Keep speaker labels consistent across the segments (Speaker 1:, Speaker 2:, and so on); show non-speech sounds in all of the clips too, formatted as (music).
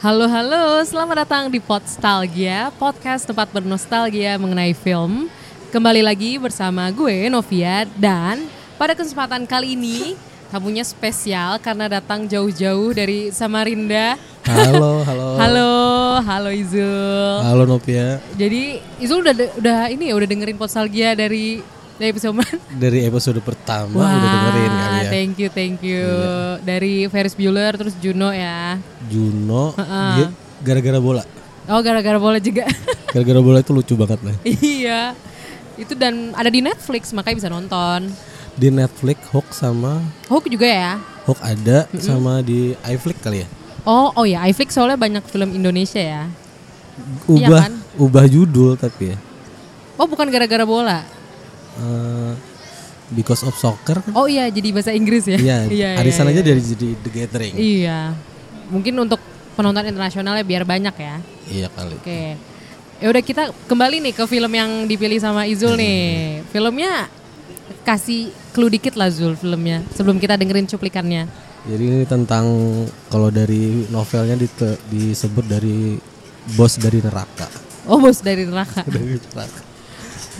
Speaker 1: Halo halo, selamat datang di Podstalgia, podcast tempat bernostalgia mengenai film. Kembali lagi bersama gue Novia dan pada kesempatan kali ini tamunya spesial karena datang jauh-jauh dari Samarinda.
Speaker 2: Halo, halo.
Speaker 1: Halo, halo Izul.
Speaker 2: Halo Nopia.
Speaker 1: Jadi Izul udah udah ini ya udah dengerin Podstalgia dari dari episode mana?
Speaker 2: Dari episode pertama udah dengerin kali ya. Iya.
Speaker 1: thank you, thank you. Dari Ferris Bueller terus Juno ya.
Speaker 2: Juno dia gara-gara bola.
Speaker 1: Oh, gara-gara bola juga. (laughs)
Speaker 2: Gara-gara bola itu lucu banget lah.
Speaker 1: Iya. Itu dan ada di Netflix makanya bisa nonton.
Speaker 2: Di Netflix Hook sama
Speaker 1: Hook juga ya.
Speaker 2: Hook ada sama di iFlix kali ya.
Speaker 1: Oh, oh ya, iFlix soalnya banyak film Indonesia ya.
Speaker 2: Ubah
Speaker 1: kan?
Speaker 2: ubah judul tapi ya.
Speaker 1: Oh, bukan gara-gara bola.
Speaker 2: Eh, because of soccer. kan?
Speaker 1: Oh iya, jadi bahasa Inggris ya.
Speaker 2: Iya,
Speaker 1: (laughs)
Speaker 2: arisan
Speaker 1: iya,
Speaker 2: aja dari jadi The Gathering.
Speaker 1: Iya. Mungkin untuk penonton internasionalnya biar banyak ya.
Speaker 2: Iya kali.
Speaker 1: Oke. Ya udah kita kembali nih ke film yang dipilih sama Izul nih. Filmnya kasih clue dikit lah Zul filmnya sebelum kita dengerin cuplikannya.
Speaker 2: Jadi ini tentang kalau dari novelnya dite- disebut dari bos dari neraka. (laughs)
Speaker 1: Oh, bos dari neraka.
Speaker 2: Dari neraka.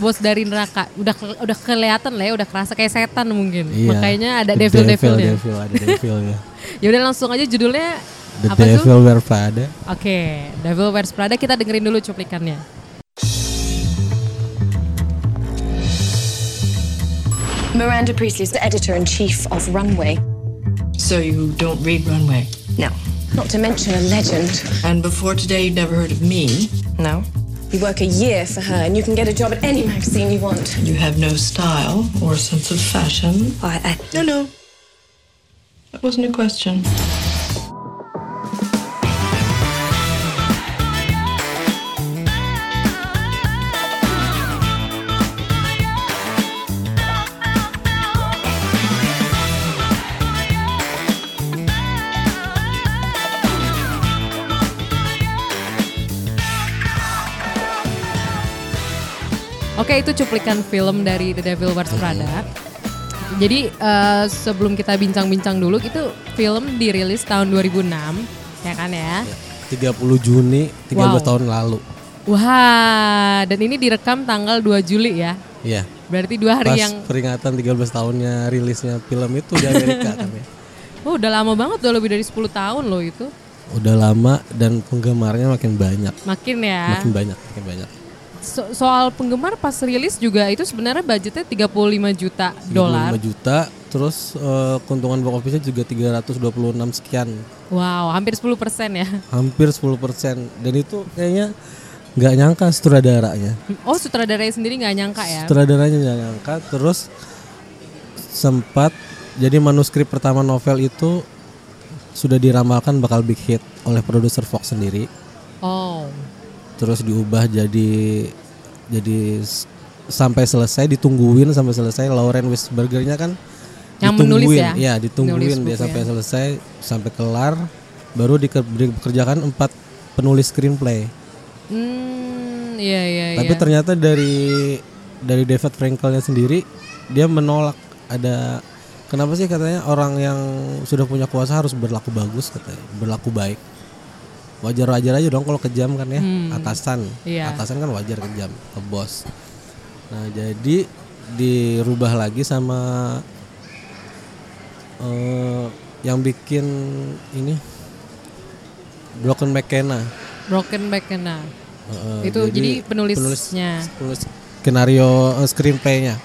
Speaker 1: bos dari neraka udah ke- udah kelihatan lah ya udah kerasa kayak setan mungkin
Speaker 2: Iya.
Speaker 1: makanya ada
Speaker 2: The
Speaker 1: devil devilnya
Speaker 2: Devil, ada
Speaker 1: (laughs)
Speaker 2: devilnya.
Speaker 1: ya udah langsung aja judulnya
Speaker 2: The
Speaker 1: apa tuh
Speaker 2: Devil Wear Prada.
Speaker 1: oke devil wears prada kita dengerin dulu cuplikannya
Speaker 3: Miranda Priestley is the editor in chief of Runway.
Speaker 4: So you don't read Runway?
Speaker 3: No. Not to mention a legend.
Speaker 4: And before today, you'd never heard of me? No.
Speaker 3: You work a year for her and you can get a job at any magazine you want.
Speaker 4: You have no style or sense of fashion?
Speaker 3: I,
Speaker 4: No, no. That wasn't a question.
Speaker 1: oke itu cuplikan film dari the devil wears prada jadi eh, sebelum kita bincang-bincang dulu itu film dirilis tahun 2006 ya kan ya
Speaker 2: Iya. 30 Juni 13
Speaker 1: Wow.
Speaker 2: tahun lalu.
Speaker 1: wah dan ini direkam tanggal 2 Juli ya
Speaker 2: Iya.
Speaker 1: berarti dua hari
Speaker 2: Pas
Speaker 1: yang
Speaker 2: peringatan 13 tahunnya rilisnya film itu di
Speaker 1: (laughs)
Speaker 2: Amerika kan ya.
Speaker 1: oh udah lama banget udah lebih dari 10 tahun loh itu
Speaker 2: Udah lama dan penggemarnya makin banyak.
Speaker 1: makin ya
Speaker 2: Makin banyak, makin banyak.
Speaker 1: So- soal penggemar pas rilis juga itu sebenarnya budgetnya 35 juta
Speaker 2: 35
Speaker 1: dolar.
Speaker 2: juta, terus eh, keuntungan box office-nya juga 326 sekian.
Speaker 1: Wow, hampir 10 persen ya.
Speaker 2: Hampir 10% dan itu kayaknya nggak nyangka sutradaranya.
Speaker 1: Oh sutradaranya sendiri nggak nyangka ya.
Speaker 2: sutradaranya nggak nyangka terus sempat jadi manuskrip pertama novel itu sudah diramalkan bakal big hit oleh produser Fox sendiri
Speaker 1: Oh,
Speaker 2: terus diubah jadi jadi s- sampai selesai ditungguin sampai selesai Lauren Wisbergernya kan
Speaker 1: Yang
Speaker 2: ditungguin,
Speaker 1: menulis ya?
Speaker 2: Iya, ditungguin
Speaker 1: Menulis
Speaker 2: dia
Speaker 1: buku ya.
Speaker 2: sampai selesai sampai kelar baru diker- dikerjakan empat penulis screenplay
Speaker 1: hmm, iya iya iya.
Speaker 2: Tapi ternyata dari dari David Frankelnya sendiri dia menolak ada kenapa sih katanya orang yang sudah punya kuasa harus berlaku bagus katanya, berlaku baik. Wajar-wajar aja dong kalau kejam kan ya, atasan.
Speaker 1: Hmm. Iya.
Speaker 2: Atasan kan wajar kejam ke bos. Nah, jadi dirubah lagi sama eh, yang bikin ini Broken McKenna.
Speaker 1: Broken Back Kena.
Speaker 2: Heeh,
Speaker 1: Itu jadi penulisnya.
Speaker 2: penulis skenario eh, screenplaynya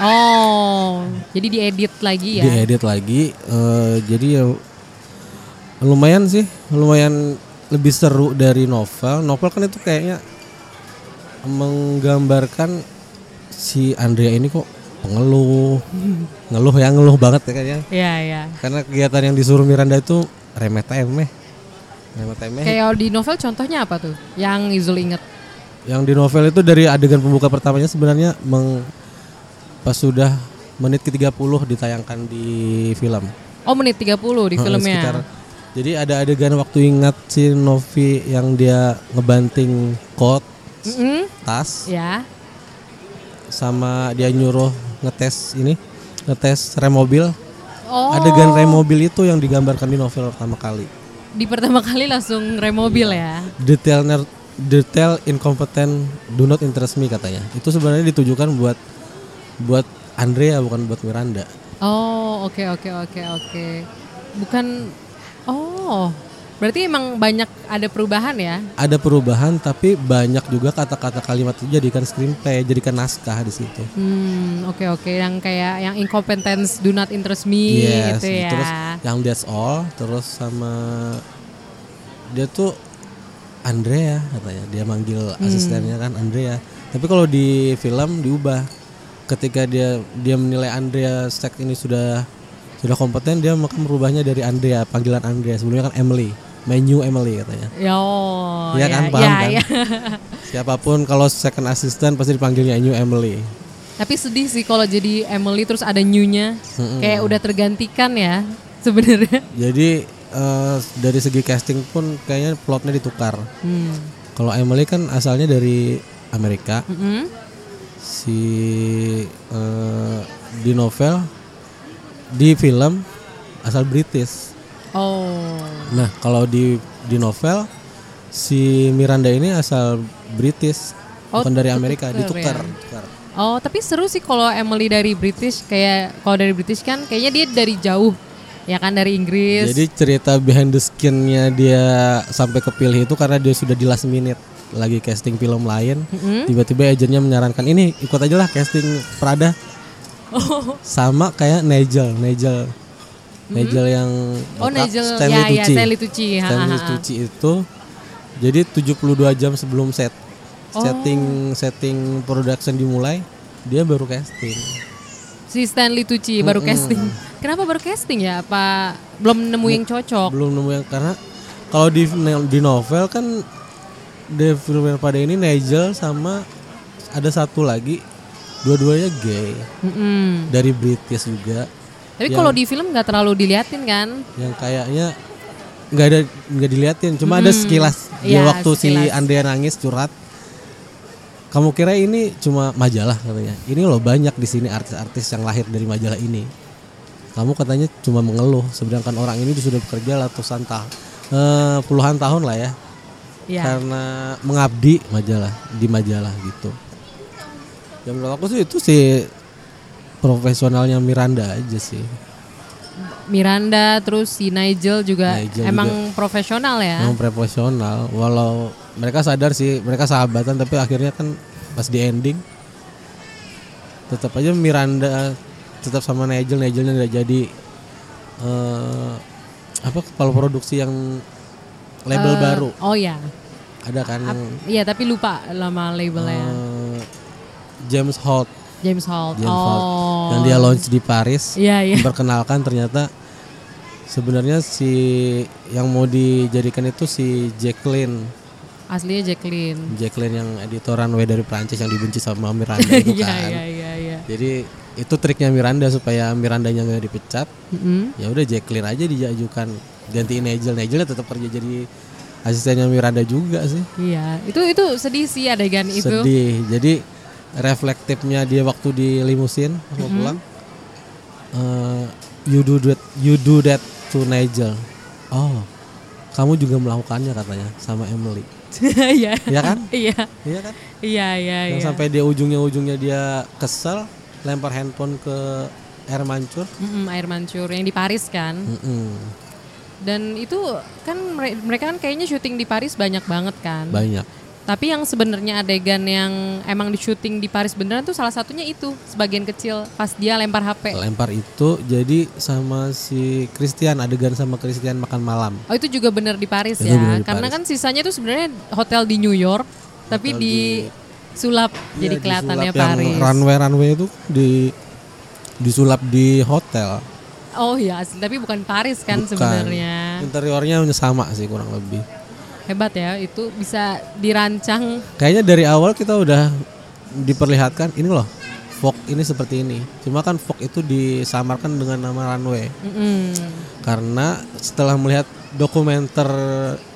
Speaker 1: Oh, jadi diedit lagi ya.
Speaker 2: diedit lagi eh, jadi ya lumayan sih lumayan lebih seru dari novel novel kan itu kayaknya menggambarkan si Andrea ini kok pengeluh ngeluh ya ngeluh banget ya kayaknya
Speaker 1: Iya iya.
Speaker 2: karena kegiatan yang disuruh Miranda itu remeh-temeh remeh-temeh
Speaker 1: Kayak di novel contohnya apa tuh? Yang Izul inget?
Speaker 2: Yang di novel itu dari adegan pembuka pertamanya sebenarnya meng pas sudah menit ke-30 ditayangkan di film.
Speaker 1: Oh menit 30 di
Speaker 2: Heeh,
Speaker 1: filmnya.
Speaker 2: sekitar- jadi ada adegan waktu ingat si Novi yang dia ngebanting kot,
Speaker 1: Mm-mm,
Speaker 2: tas
Speaker 1: Ya.
Speaker 2: sama dia nyuruh ngetes ini, ngetes rem mobil.
Speaker 1: Oh.
Speaker 2: Adegan rem mobil itu yang digambarkan di novel pertama kali.
Speaker 1: di pertama kali langsung rem mobil ya.
Speaker 2: detail ner- detail incompetent do not interest me katanya itu sebenarnya ditujukan buat buat Andrea bukan buat Miranda
Speaker 1: Oh, oke oke oke oke. Bukan oh, berarti emang banyak ada perubahan ya.
Speaker 2: ada perubahan tapi banyak juga kata-kata kalimat itu jadikan screenplay jadikan naskah di situ
Speaker 1: Hmm, oke oke yang kayak yang incompetence do not interest me
Speaker 2: Yes,
Speaker 1: gitu ya.
Speaker 2: Iya, terus yang that's all terus sama dia tuh Andrea katanya dia manggil
Speaker 1: Hmm.
Speaker 2: asistennya kan Andrea tapi kalau di film diubah ketika dia dia menilai Andrea stek ini sudah sudah kompeten dia maka merubahnya dari Andrea panggilan Andrea sebelumnya kan Emily my new Emily katanya
Speaker 1: Ya, oh, ya,
Speaker 2: Iya kan, paham
Speaker 1: ya,
Speaker 2: kan?
Speaker 1: ya. (laughs)
Speaker 2: siapapun kalau second assistant pasti dipanggilnya new Emily
Speaker 1: Tapi sedih sih kalau jadi Emily terus ada new-nya. Kayak udah tergantikan ya
Speaker 2: (laughs)
Speaker 1: sebenarnya.
Speaker 2: jadi eh, dari segi casting pun kayaknya plotnya ditukar
Speaker 1: Hmm.
Speaker 2: kalau Emily kan asalnya dari Amerika
Speaker 1: Mm-mm.
Speaker 2: si eh, di novel di film asal British.
Speaker 1: Oh.
Speaker 2: Nah, kalau di di novel si Miranda ini asal British
Speaker 1: Oh,
Speaker 2: bukan dari Amerika,
Speaker 1: ketukar
Speaker 2: ditukar.
Speaker 1: ya.
Speaker 2: Tukar.
Speaker 1: Oh, tapi seru sih kalau Emily dari British kayak kalau dari British kan kayaknya dia dari jauh. Ya kan dari Inggris.
Speaker 2: Jadi cerita behind the skinnya dia sampai kepilih itu karena dia sudah di last minute lagi casting film lain. Tiba-tiba agennya menyarankan ini ikut aja lah casting Prada.
Speaker 1: Oh.
Speaker 2: Sama kayak Nigel, Nigel, Nigel yang
Speaker 1: oh,
Speaker 2: botak,
Speaker 1: Nigel
Speaker 2: Stanley
Speaker 1: ya ya
Speaker 2: Tucci.
Speaker 1: Stanley Tucci. ha, ha,
Speaker 2: Stanley
Speaker 1: ha.
Speaker 2: Tucci itu jadi 72 jam sebelum set
Speaker 1: Oh.
Speaker 2: setting setting production dimulai dia baru casting.
Speaker 1: Si Stanley Tucci baru casting. Kenapa baru casting ya? Apa belum nemu yang cocok?
Speaker 2: Belum nemu yang karena kalau di di novel kan di film yang pada ini Nigel sama ada satu lagi dua-duanya gay
Speaker 1: Hmm. Mm-mm.
Speaker 2: dari British juga
Speaker 1: Tapi
Speaker 2: Ya.
Speaker 1: kalau di film nggak terlalu diliatin kan?
Speaker 2: yang kayaknya nggak ada nggak diliatin cuma ada sekilas dia
Speaker 1: Iya,
Speaker 2: waktu si
Speaker 1: sekilas.
Speaker 2: Andrea nangis curhat kamu kira ini cuma majalah katanya ini loh banyak di sini artis-artis yang lahir dari majalah ini kamu katanya cuma mengeluh sedangkan orang ini sudah bekerja ratusan tahun eh, puluhan tahun lah ya
Speaker 1: Ya.
Speaker 2: karena mengabdi majalah di majalah gitu yang menurut aku sih itu si profesionalnya Miranda aja sih
Speaker 1: Miranda terus si Nigel juga
Speaker 2: Nigel
Speaker 1: emang profesional ya.
Speaker 2: Memang proporsional walau mereka sadar sih mereka sahabatan tapi akhirnya kan pas di ending tetap aja Miranda tetap sama Nigel Nigelnya nggak jadi eh, apa kepala produksi yang label baru
Speaker 1: Oh ya.
Speaker 2: ada kan yang,
Speaker 1: Iya, tapi lupa lama labelnya.
Speaker 2: eh, James Holt
Speaker 1: James Holt.
Speaker 2: James
Speaker 1: oh.
Speaker 2: Holt yang dia launch di Paris
Speaker 1: Iya, iya.
Speaker 2: memperkenalkan ternyata sebenarnya si yang mau dijadikan itu si Jacqueline
Speaker 1: Aslinya Jacqueline.
Speaker 2: Jacqueline yang editor runway dari Prancis yang dibenci sama Miranda itu
Speaker 1: (laughs) Iya,
Speaker 2: kan.
Speaker 1: iya, iya, iya.
Speaker 2: Jadi itu triknya Miranda supaya Mirandanya nggak dipecat.
Speaker 1: Mm-mm.
Speaker 2: Ya udah Jacqueline aja diajukan gantiin Nigel. Nigelnya tetap kerja jadi asistennya Miranda juga sih.
Speaker 1: Iya, itu itu sedih sih adegan itu.
Speaker 2: Sedih. Jadi reflektifnya dia waktu di limusin mau pulang. eh, you do that you do that to Nigel. Oh. Kamu juga melakukannya katanya sama Emily.
Speaker 1: (laughs) Iya.
Speaker 2: Iya kan?
Speaker 1: Iya.
Speaker 2: Iya kan?
Speaker 1: Iya, iya,
Speaker 2: yang
Speaker 1: iya.
Speaker 2: sampai dia ujungnya-ujungnya dia kesel lempar handphone ke air mancur
Speaker 1: Mm-mm, air mancur yang di Paris kan.
Speaker 2: Mm-mm,
Speaker 1: Dan itu kan mere- mereka kan kayaknya syuting di Paris banyak banget kan.
Speaker 2: banyak
Speaker 1: Tapi yang sebenarnya adegan yang emang di syuting di Paris beneran tuh salah satunya itu sebagian kecil pas dia lempar HP.
Speaker 2: lempar itu jadi sama si Christian adegan sama Christian makan malam
Speaker 1: Oh itu juga bener di Paris
Speaker 2: Itu
Speaker 1: ya.
Speaker 2: bener di
Speaker 1: Karena
Speaker 2: Paris.
Speaker 1: kan sisanya itu sebenarnya hotel di New York tapi
Speaker 2: Hotel
Speaker 1: di sulap jadi
Speaker 2: Iya,
Speaker 1: kelihatannya
Speaker 2: disulap yang
Speaker 1: Paris.
Speaker 2: runway runway itu di disulap di hotel
Speaker 1: Oh iya, asli. tapi bukan Paris kan
Speaker 2: Bukan.
Speaker 1: sebenarnya.
Speaker 2: interiornya sama sih kurang lebih
Speaker 1: Hebat ya, itu bisa dirancang.
Speaker 2: kayaknya dari awal kita udah diperlihatkan ini loh fog ini seperti ini cuma kan fog itu disamarkan dengan nama runway
Speaker 1: Mm-mm.
Speaker 2: karena setelah melihat dokumenter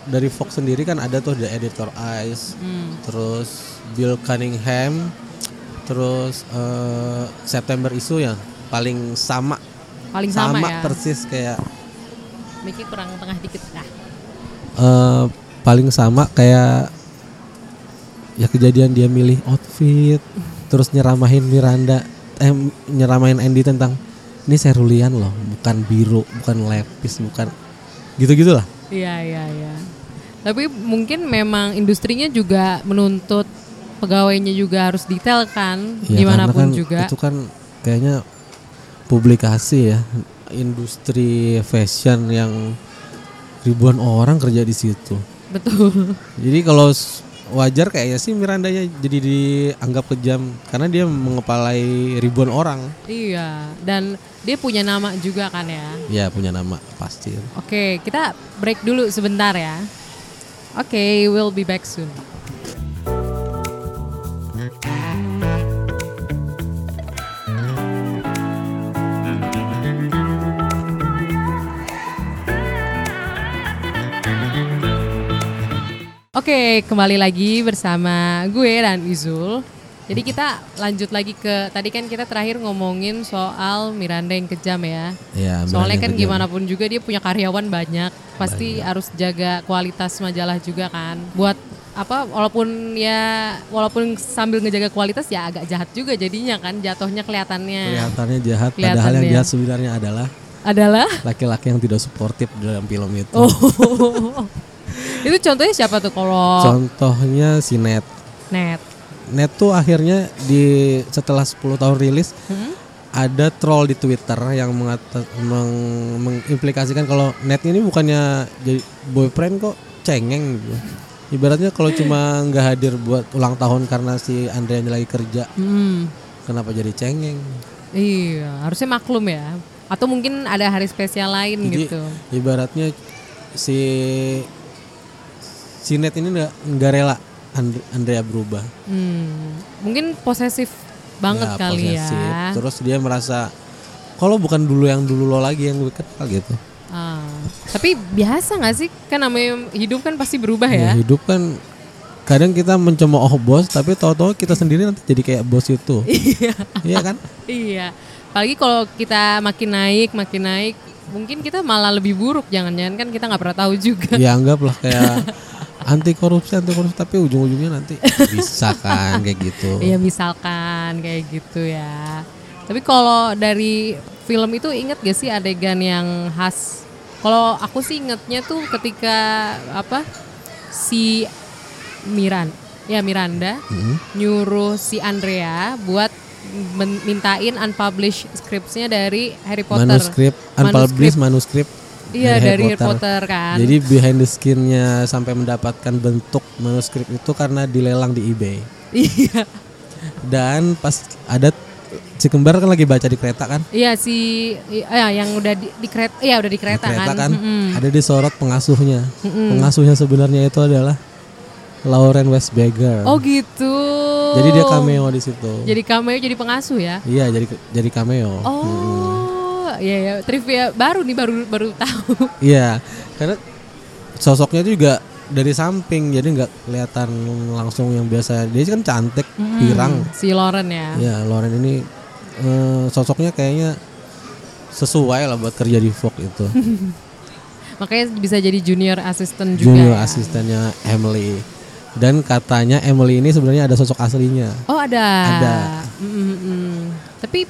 Speaker 2: dari Fox sendiri kan ada tuh The Editor Eyes,
Speaker 1: Hmm.
Speaker 2: terus Bill Cunningham, terus eh, September Issue ya paling sama
Speaker 1: Paling sama, ya.
Speaker 2: persis kayak
Speaker 1: Miki kurang tengah dikit. Nah.
Speaker 2: eh, paling sama kayak ya kejadian dia milih outfit terus nyeramahin Miranda eh nyeramahin Andy tentang ini serulian loh bukan biru bukan lepis bukan gitu gitulah
Speaker 1: Iya, iya, iya. Tapi mungkin memang industrinya juga menuntut pegawainya juga harus detail kan, gimana pun juga.
Speaker 2: itu Iya, Ya, kan kayaknya publikasi ya industri fashion yang ribuan orang kerja di situ
Speaker 1: (laughs) Betul.
Speaker 2: Jadi kalau s- wajar kayaknya sih Mirandanya jadi dianggap kejam karena dia mengepalai ribuan orang.
Speaker 1: iya, dan dia punya nama juga kan ya.
Speaker 2: Ya punya nama pasti.
Speaker 1: Oke, kita break dulu sebentar ya. Oke, we'll be back soon. Oke, kembali lagi bersama gue dan Izul. Jadi kita lanjut lagi ke tadi kan kita terakhir ngomongin soal Miranda yang kejam ya.
Speaker 2: Ya,
Speaker 1: Soalnya
Speaker 2: Miranda
Speaker 1: kan
Speaker 2: kejam.
Speaker 1: gimana pun juga dia punya karyawan banyak, pasti harus jaga kualitas majalah juga kan. Buat apa walaupun ya walaupun sambil ngejaga kualitas ya agak jahat juga jadinya kan jatuhnya kelihatannya
Speaker 2: Kelihatannya jahat,
Speaker 1: Kelihatan
Speaker 2: padahal yang
Speaker 1: dia.
Speaker 2: jahat sebenarnya adalah
Speaker 1: adalah (laughs)
Speaker 2: laki-laki yang tidak suportif dalam film itu.
Speaker 1: oh itu contohnya siapa tuh kalau
Speaker 2: Contohnya si Net.
Speaker 1: net
Speaker 2: Net tuh akhirnya di setelah 10 tahun rilis ada troll di Twitter yang mengata, meng- mengimplikasikan kalau Net ini bukannya jadi boyfriend kok cengeng gitu. Ibaratnya kalau cuma nggak hadir buat ulang tahun karena si Andreanya lagi kerja,
Speaker 1: hmm,
Speaker 2: kenapa jadi cengeng?
Speaker 1: iya harusnya maklum ya atau mungkin ada hari spesial lain
Speaker 2: Jadi
Speaker 1: gitu
Speaker 2: ibaratnya si si Net ini nggak nggak rela And- Andrea berubah.
Speaker 1: Hmm, mungkin posesif banget
Speaker 2: Ya,
Speaker 1: kali
Speaker 2: posesif.
Speaker 1: ya
Speaker 2: Terus dia merasa kalau bukan dulu yang dulu lo lagi yang gue kenal gitu.
Speaker 1: Ah, tapi biasa nggak sih kan namanya hidup kan pasti berubah ya.
Speaker 2: Ya, hidup kan kadang kita mencemooh bos tapi tahu-tahu kita sendiri nanti jadi kayak bos
Speaker 1: (laughs)
Speaker 2: itu. Iya. kan?
Speaker 1: iya. Apalagi kalau kita makin naik, makin naik, mungkin kita malah lebih buruk. Jangan-jangan kan kita nggak pernah tahu juga.
Speaker 2: Ya anggaplah kayak anti korupsi anti korupsi tapi ujung-ujungnya nanti bisa kan kayak gitu.
Speaker 1: Iya misalkan kayak gitu ya. Tapi kalau dari film itu inget gak sih adegan yang khas? Kalau aku sih ingetnya tuh ketika apa si Miran, ya Miranda
Speaker 2: Hmm.
Speaker 1: nyuruh si Andrea buat men- mintain unpublished scripts-nya dari Harry Potter.
Speaker 2: Manuskrip unpublished manuskrip
Speaker 1: Iya dari Harry Potter kan.
Speaker 2: Jadi behind the skinnya sampai mendapatkan bentuk manuskrip itu karena dilelang di eBay.
Speaker 1: (laughs) Iya.
Speaker 2: Dan pas ada si kembar kan lagi baca di kereta kan?
Speaker 1: Iya si ya yang udah di, di kereta, ya udah di kereta,
Speaker 2: kereta kan
Speaker 1: Mm-mm.
Speaker 2: ada di sorot pengasuhnya pengasuhnya sebenarnya itu adalah Lauren Westberger
Speaker 1: Oh gitu.
Speaker 2: jadi dia cameo di situ
Speaker 1: Jadi cameo jadi pengasuh ya.
Speaker 2: iya jadi jadi cameo
Speaker 1: Oh, iya ya trivia baru nih baru baru tahu. (laughs)
Speaker 2: iya karena sosoknya juga dari samping jadi nggak kelihatan langsung yang biasa dia kan cantik pirang
Speaker 1: Si Lauren ya.
Speaker 2: ya Lauren ini eh, sosoknya kayaknya sesuai lah buat kerja di Vogue
Speaker 1: (laughs)
Speaker 2: itu
Speaker 1: Makanya bisa jadi junior assistant juga.
Speaker 2: junior
Speaker 1: ya.
Speaker 2: asistennya Emily dan katanya Emily ini sebenarnya ada sosok aslinya
Speaker 1: Oh, ada.
Speaker 2: Ada.
Speaker 1: Mm, mm, mm. Tapi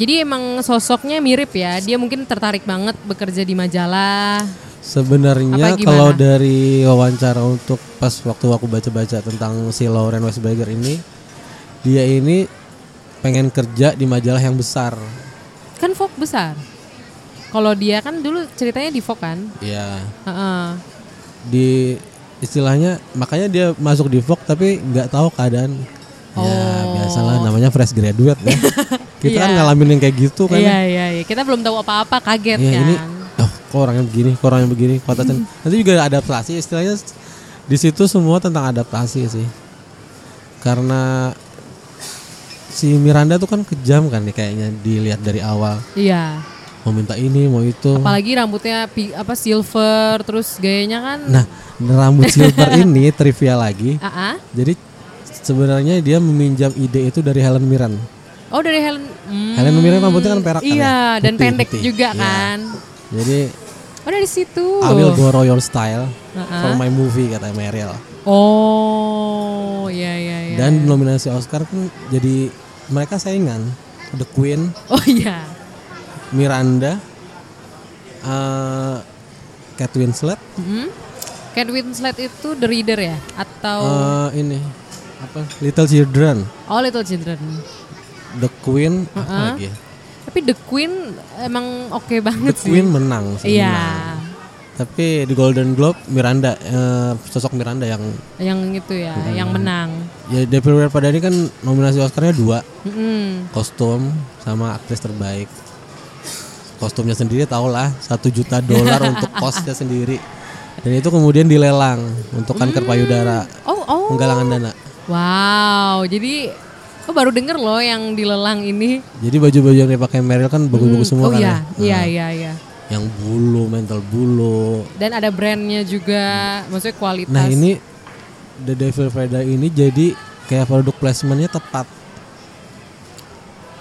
Speaker 1: jadi emang sosoknya mirip ya. Dia mungkin tertarik banget bekerja di majalah.
Speaker 2: Sebenarnya
Speaker 1: Apa gimana?
Speaker 2: kalau dari wawancara untuk pas waktu aku baca-baca tentang si Lauren Weisberger ini, dia ini pengen kerja di majalah yang besar.
Speaker 1: Kan Vogue besar. Kalau dia kan dulu ceritanya di Vogue kan.
Speaker 2: Ya.
Speaker 1: Heeh.
Speaker 2: Di istilahnya makanya dia masuk di Vogue tapi nggak tahu keadaan. Ya, biasalah namanya fresh graduate
Speaker 1: (laughs)
Speaker 2: ya. Kita kan
Speaker 1: Oh. Iya.
Speaker 2: ngalamin yang kayak gitu kan.
Speaker 1: Iya, iya, iya. Kita belum tahu apa-apa, kaget
Speaker 2: Ya,
Speaker 1: kan. Hmm.
Speaker 2: ini oh, kok orangnya begini, kok orangnya begini, kok atasnya- Nanti juga ada adaptasi istilahnya s- di situ semua tentang adaptasi sih. Karena si Miranda tuh kan kejam kan nih kayaknya dilihat dari awal
Speaker 1: Iya.
Speaker 2: mau minta ini mau itu.
Speaker 1: Apalagi rambutnya pi- apa silver terus gayanya kan Ah,
Speaker 2: Nah, rambut
Speaker 1: (laughs)
Speaker 2: silver ini trivia lagi.
Speaker 1: Aa.
Speaker 2: Jadi sebenarnya dia meminjam ide itu dari Helen Mirren.
Speaker 1: Oh dari Helen. Hmm,
Speaker 2: Helen Mirren rambutnya kan perak kan
Speaker 1: Iya
Speaker 2: ya?
Speaker 1: dan
Speaker 2: Putih,
Speaker 1: pendek
Speaker 2: putih.
Speaker 1: juga
Speaker 2: Iya.
Speaker 1: kan.
Speaker 2: Jadi
Speaker 1: Oh dari situ.
Speaker 2: I will borrow your style
Speaker 1: Uh-uh.
Speaker 2: for my movie kata Meryl.
Speaker 1: Oh, iya iya iya.
Speaker 2: Dan nominasi Oscar kan jadi mereka saingan The Queen,
Speaker 1: Oh iya.
Speaker 2: Miranda, eh Kate Winslet,
Speaker 1: Hmm? Kate Winslet itu The Reader ya atau
Speaker 2: eh, ini apa Little Children,
Speaker 1: All Little Children.
Speaker 2: The Queen apa lagi? ya?
Speaker 1: Tapi The Queen emang oke banget
Speaker 2: The
Speaker 1: sih.
Speaker 2: Queen menang sih.
Speaker 1: Iya.
Speaker 2: menang. Tapi di Golden Globe Miranda eh, sosok Miranda yang
Speaker 1: Yang itu ya, yang menang.
Speaker 2: ya Devil Wears Prada ini kan nominasi Oscarnya dua
Speaker 1: Mm-mm.
Speaker 2: kostum sama aktris terbaik kostumnya sendiri tau lah satu juta
Speaker 1: (laughs)
Speaker 2: dolar untuk kosnya sendiri dan itu kemudian dilelang untuk
Speaker 1: Hmm.
Speaker 2: kanker payudara
Speaker 1: Oh, oh.
Speaker 2: penggalangan dana
Speaker 1: Wow, jadi aku baru denger loh yang dilelang ini.
Speaker 2: jadi baju-baju yang dipakai Meryl kan bagus-bagus semua
Speaker 1: oh
Speaker 2: kan
Speaker 1: iya,
Speaker 2: ya
Speaker 1: iya iya iya.
Speaker 2: yang bulu mental bulu
Speaker 1: Dan ada brandnya juga, maksudnya kualitas.
Speaker 2: nah ini The Devil Prada ini jadi kayak produk placementnya tepat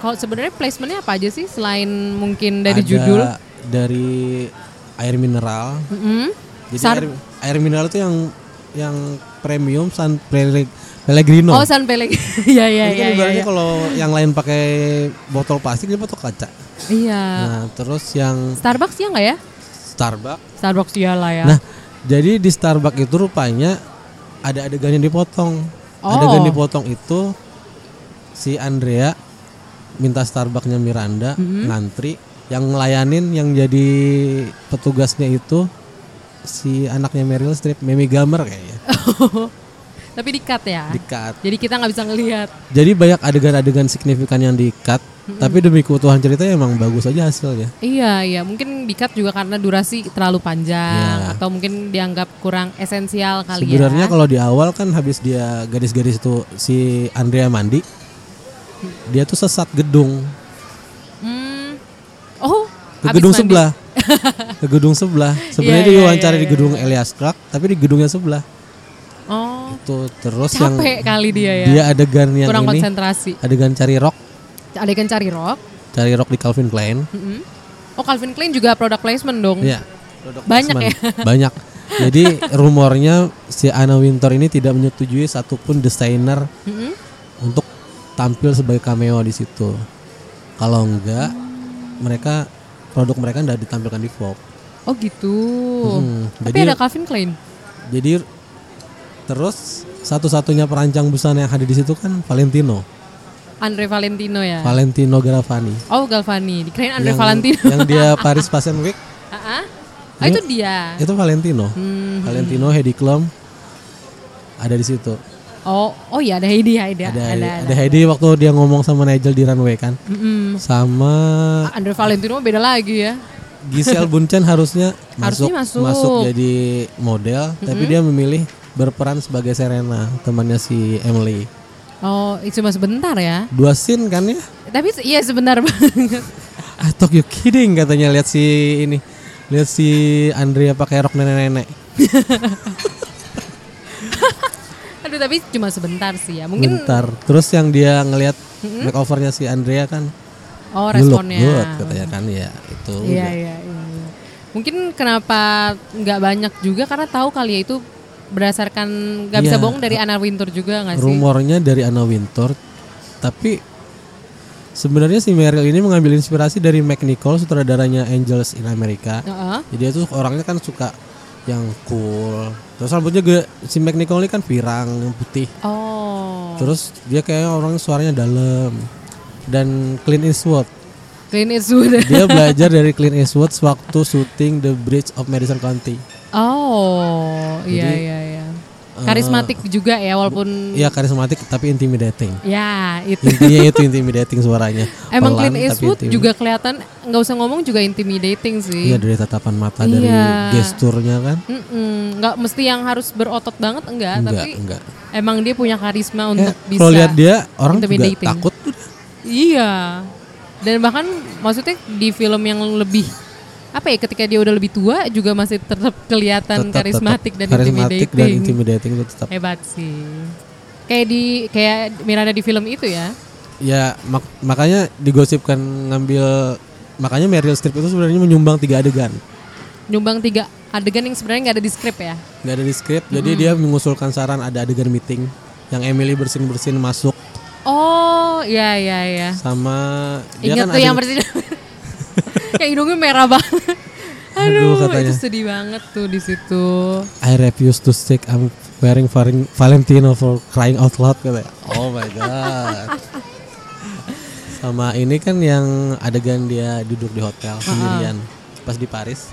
Speaker 1: Kalau sebenarnya placementnya apa aja sih selain mungkin dari
Speaker 2: Ada
Speaker 1: judul?
Speaker 2: dari air mineral
Speaker 1: Mm-mm.
Speaker 2: Jadi
Speaker 1: San-
Speaker 2: air, air mineral itu yang yang premium San Pele- Pellegrino.
Speaker 1: Oh, San Pelleg. (laughs) Iya iya iya.
Speaker 2: Jadi kan
Speaker 1: iya,
Speaker 2: ibaratnya
Speaker 1: iya.
Speaker 2: kalau yang lain pakai botol plastik dia botol kaca.
Speaker 1: Iya.
Speaker 2: Nah, terus yang
Speaker 1: Starbucks ya nggak ya?
Speaker 2: Starbucks.
Speaker 1: Starbucks ya lah ya.
Speaker 2: Nah, jadi di Starbucks itu rupanya ada adegan yang dipotong.
Speaker 1: Oh.
Speaker 2: Adegan dipotong itu si Andrea minta Starbucksnya Miranda
Speaker 1: Mm-hmm.
Speaker 2: ngantri yang ngelayanin yang jadi petugasnya itu si anaknya Meryl Streep, Mimi Gamer kayaknya.
Speaker 1: (laughs) Tapi di-cut ya.
Speaker 2: Dikat.
Speaker 1: Jadi kita nggak bisa ngelihat.
Speaker 2: Jadi banyak adegan-adegan signifikan yang di-cut,
Speaker 1: Mm-hmm.
Speaker 2: tapi demi keutuhan cerita emang bagus aja hasilnya.
Speaker 1: Iya iya, mungkin di-cut juga karena durasi terlalu panjang
Speaker 2: Iya.
Speaker 1: atau mungkin dianggap kurang esensial kali ya.
Speaker 2: Sebenarnya kalau di awal kan habis dia gadis-gadis itu si Andrea mandi, dia tuh sesat gedung
Speaker 1: Hmm. Oh,
Speaker 2: ke
Speaker 1: habis
Speaker 2: gedung
Speaker 1: mandi. (laughs)
Speaker 2: sebelah, ke gedung sebelah. Sebenarnya
Speaker 1: Iya,
Speaker 2: dia
Speaker 1: iya,
Speaker 2: diwawancara
Speaker 1: iya,
Speaker 2: di gedung Elias Clark, tapi di gedungnya sebelah.
Speaker 1: Oh,
Speaker 2: Tuh terus yang
Speaker 1: capek kali dia ya.
Speaker 2: dia adegan yang
Speaker 1: kurang
Speaker 2: ini,
Speaker 1: konsentrasi.
Speaker 2: adegan cari rok,
Speaker 1: Adegan cari rok.
Speaker 2: cari rok di Calvin Klein.
Speaker 1: Mm-mm. Oh, Calvin Klein juga product placement dong.
Speaker 2: Iya.
Speaker 1: Banyak
Speaker 2: Basement.
Speaker 1: ya. (laughs)
Speaker 2: Banyak. Jadi rumornya si Anna Wintour ini tidak menyetujui satupun desainer
Speaker 1: Mm-mm.
Speaker 2: untuk tampil sebagai cameo di situ. Kalau enggak, mereka produk mereka tidak ditampilkan di Vogue.
Speaker 1: Oh gitu.
Speaker 2: Mm,
Speaker 1: Tapi
Speaker 2: jadi-
Speaker 1: ada Calvin Klein.
Speaker 2: Jadi terus satu-satunya perancang busana yang hadir di situ kan Valentino,
Speaker 1: Andre Valentino ya.
Speaker 2: Valentino Gravani.
Speaker 1: oh, Galvani. Dikirain Andre
Speaker 2: yang,
Speaker 1: Valentino.
Speaker 2: yang dia Paris Fashion Week
Speaker 1: (laughs) Ah, ah. Ah, itu dia.
Speaker 2: itu Valentino.
Speaker 1: Hmm.
Speaker 2: Valentino Heidi Klum ada di situ.
Speaker 1: Oh, oh iya ada Heidi, ada
Speaker 2: ada
Speaker 1: ada.
Speaker 2: Heidi,
Speaker 1: ada,
Speaker 2: ada Heidi waktu dia ngomong sama Nigel di runway kan
Speaker 1: Mm-mm.
Speaker 2: sama
Speaker 1: Ah, Andre Valentino beda lagi ya. (laughs)
Speaker 2: Giselle Bunchen harusnya
Speaker 1: Harusnya
Speaker 2: masuk,
Speaker 1: masuk.
Speaker 2: jadi model tapi dia memilih berperan sebagai Serena temannya si Emily
Speaker 1: Oh, itu cuma sebentar ya.
Speaker 2: dua scene kan ya
Speaker 1: Tapi se- iya sebentar (laughs) banget.
Speaker 2: I thought you kidding katanya lihat si ini lihat si Andrea pakai rok nenek-nenek
Speaker 1: Aduh, tapi cuma sebentar sih ya. Mungkin
Speaker 2: bentar terus yang dia ngelihat makeovernya si Andrea kan
Speaker 1: oh
Speaker 2: you look
Speaker 1: responnya.
Speaker 2: good katanya kan ya itu
Speaker 1: Iya,
Speaker 2: udah.
Speaker 1: iya, iya. iya. Mungkin kenapa nggak banyak juga karena tahu kali ya itu berdasarkan nggak bisa
Speaker 2: Iya.
Speaker 1: bohong dari Anna Wintour juga nggak Iya sih?
Speaker 2: rumornya dari Anna Wintour tapi sebenarnya si Meryl ini mengambil inspirasi dari Mike Nichol sutradaranya Angels in America
Speaker 1: Heeh.
Speaker 2: jadi dia tuh orangnya kan suka yang cool terus rambutnya gede. si Mike Nichol ini kan pirang yang putih
Speaker 1: Oh.
Speaker 2: terus dia kayaknya orangnya suaranya dalam dan Clint Eastwood
Speaker 1: Clean it
Speaker 2: (laughs)
Speaker 1: sudah. (laughs)
Speaker 2: dia belajar dari Clint Eastwood waktu syuting The Bridge of Madison County
Speaker 1: Oh, iya iya iya.
Speaker 2: eh,
Speaker 1: Karismatik juga ya walaupun
Speaker 2: Iya karismatik tapi intimidating
Speaker 1: ya itu.
Speaker 2: intinya itu intimidating suaranya
Speaker 1: Emang
Speaker 2: iya, Pelan,
Speaker 1: Clint
Speaker 2: tapi
Speaker 1: Eastwood
Speaker 2: intimidating.
Speaker 1: juga kelihatan nggak usah ngomong juga intimidating
Speaker 2: Iya
Speaker 1: sih.
Speaker 2: dari tatapan mata dari
Speaker 1: Iya.
Speaker 2: gesturnya kan.
Speaker 1: Mm-mm, Nggak mesti yang harus berotot banget enggak,
Speaker 2: Enggak,
Speaker 1: Iya, tapi
Speaker 2: enggak.
Speaker 1: emang dia punya karisma
Speaker 2: Ya,
Speaker 1: untuk bisa.
Speaker 2: Kalau lihat dia orang juga
Speaker 1: intimidating.
Speaker 2: takut tuh.
Speaker 1: Iya. Dan bahkan maksudnya di film yang lebih apa ya ketika dia udah lebih tua juga masih tetap kelihatan
Speaker 2: Tetap-
Speaker 1: karismatik
Speaker 2: tetap
Speaker 1: dan
Speaker 2: karismatik dan
Speaker 1: intimidating. Iya.
Speaker 2: intimidating itu tetap.
Speaker 1: Hebat sih. Kayak di kayak Miranda di film itu ya.
Speaker 2: Ya mak- makanya digosipkan ngambil makanya Meryl Streep itu sebenarnya menyumbang tiga adegan.
Speaker 1: nyumbang tiga adegan yang sebenarnya nggak ada di skrip ya.
Speaker 2: nggak ada di skrip jadi dia mengusulkan saran ada adegan meeting yang Emily bersin bersin masuk
Speaker 1: Oh, iya iya iya.
Speaker 2: sama dia
Speaker 1: Ingat
Speaker 2: kan
Speaker 1: tuh
Speaker 2: ada-
Speaker 1: yang bersin (laughs) kayak hidungnya merah banget.
Speaker 2: Aduh,
Speaker 1: Aduh,
Speaker 2: katanya.
Speaker 1: itu sedih banget tuh di situ.
Speaker 2: I refuse to stick I'm wearing Varen- Valentino for crying out loud katanya. Oh my god. (laughs) Sama ini kan yang adegan dia duduk di hotel sendirian pas di Paris.